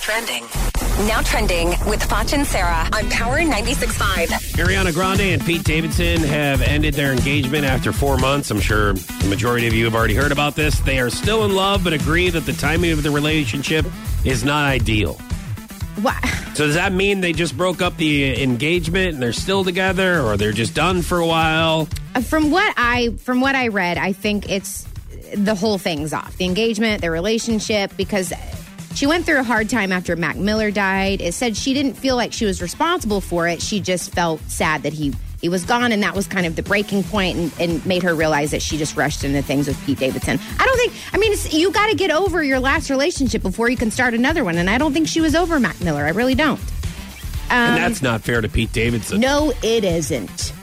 trending. Now trending with Foch and Sarah on Power 96.5. Ariana Grande and Pete Davidson have ended their engagement after four months. I'm sure the majority of you have already heard about this. They are still in love, but agree that the timing of the relationship is not ideal. What? So does that mean they just broke up the engagement and they're still together, or they're just done for a while? From what I from what I read, I think it's the whole thing's off. The engagement, their relationship, because she went through a hard time after Mac Miller died. It said she didn't feel like she was responsible for it. She just felt sad that he he was gone, and that was kind of the breaking point, and, and made her realize that she just rushed into things with Pete Davidson. I don't think. I mean, it's, you got to get over your last relationship before you can start another one, and I don't think she was over Mac Miller. I really don't. and that's not fair to Pete Davidson. Um, No, it isn't.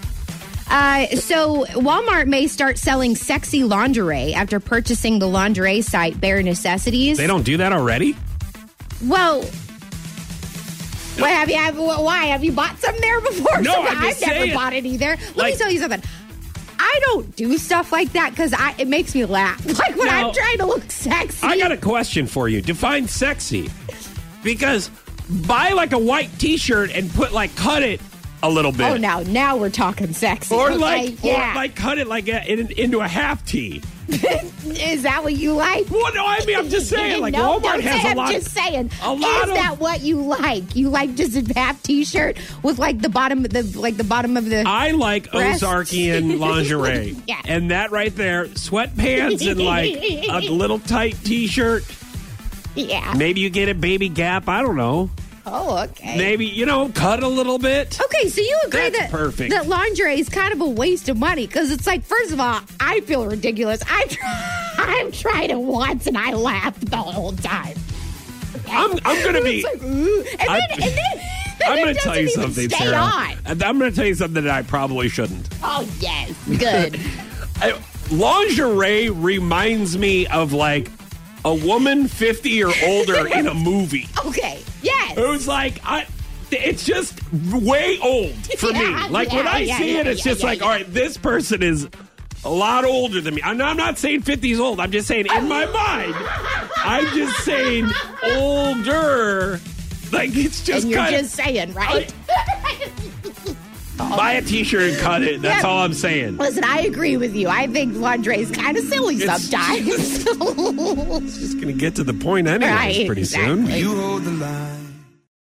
Uh, so, Walmart may start selling sexy lingerie after purchasing the lingerie site Bare Necessities. They don't do that already. Well, what have you? Have, wh- why have you bought some there before? No, So I'm I've just never saying. bought it either. Let Like- me tell you something. I don't do stuff like that because it makes me laugh. Like when Now- I'm trying to look sexy. I got a question for you. Define sexy. Because buy like a white t shirt and put like cut it a little bit. oh, now now we're talking sexy. Or Okay, like yeah. or like cut it like a, in, into a half tee. is that what you like? Well, no, I mean I'm just saying like no, Walmart don't has say, a lot I'm just saying. a lot is of- that what you like? You like just a half T-shirt with like the bottom, the like the bottom of the. I like Breasts. Ozarkian lingerie. Yeah. And that right there, sweatpants and like a little tight t shirt. yeah. Maybe you get a baby gap. I don't know. oh, okay. Maybe, you know, cut a little bit. Okay, so you agree That's that perfect. that lingerie is kind of a waste of money because it's like, first of all, I feel ridiculous. I try, I've tried it once and I laughed the whole time. I'm, I'm going to be. It's like, ooh. And then, I- and then, then I'm it going to doesn't tell you even something, stay Sarah. on. And I'm going to tell you something that I probably shouldn't. Oh yes, good. I, lingerie reminds me of like a woman 50 or older in a movie. okay, yes. It was like I. It's just way old for Yeah, me. Like when yeah, I yeah, see it, yeah, it's yeah, just yeah, like, yeah. all right, this person is a lot older than me. I'm, I'm not saying 50s old. I'm just saying in my mind. I'm just saying older. Like it's just and you're kind of just saying, right? buy a T-shirt and cut it. That's Yeah. all I'm saying. Listen, I agree with you. I think lingerie is kind of silly It's- sometimes. Just gonna get to the point anyway. Right, pretty exactly. soon. You hold the line.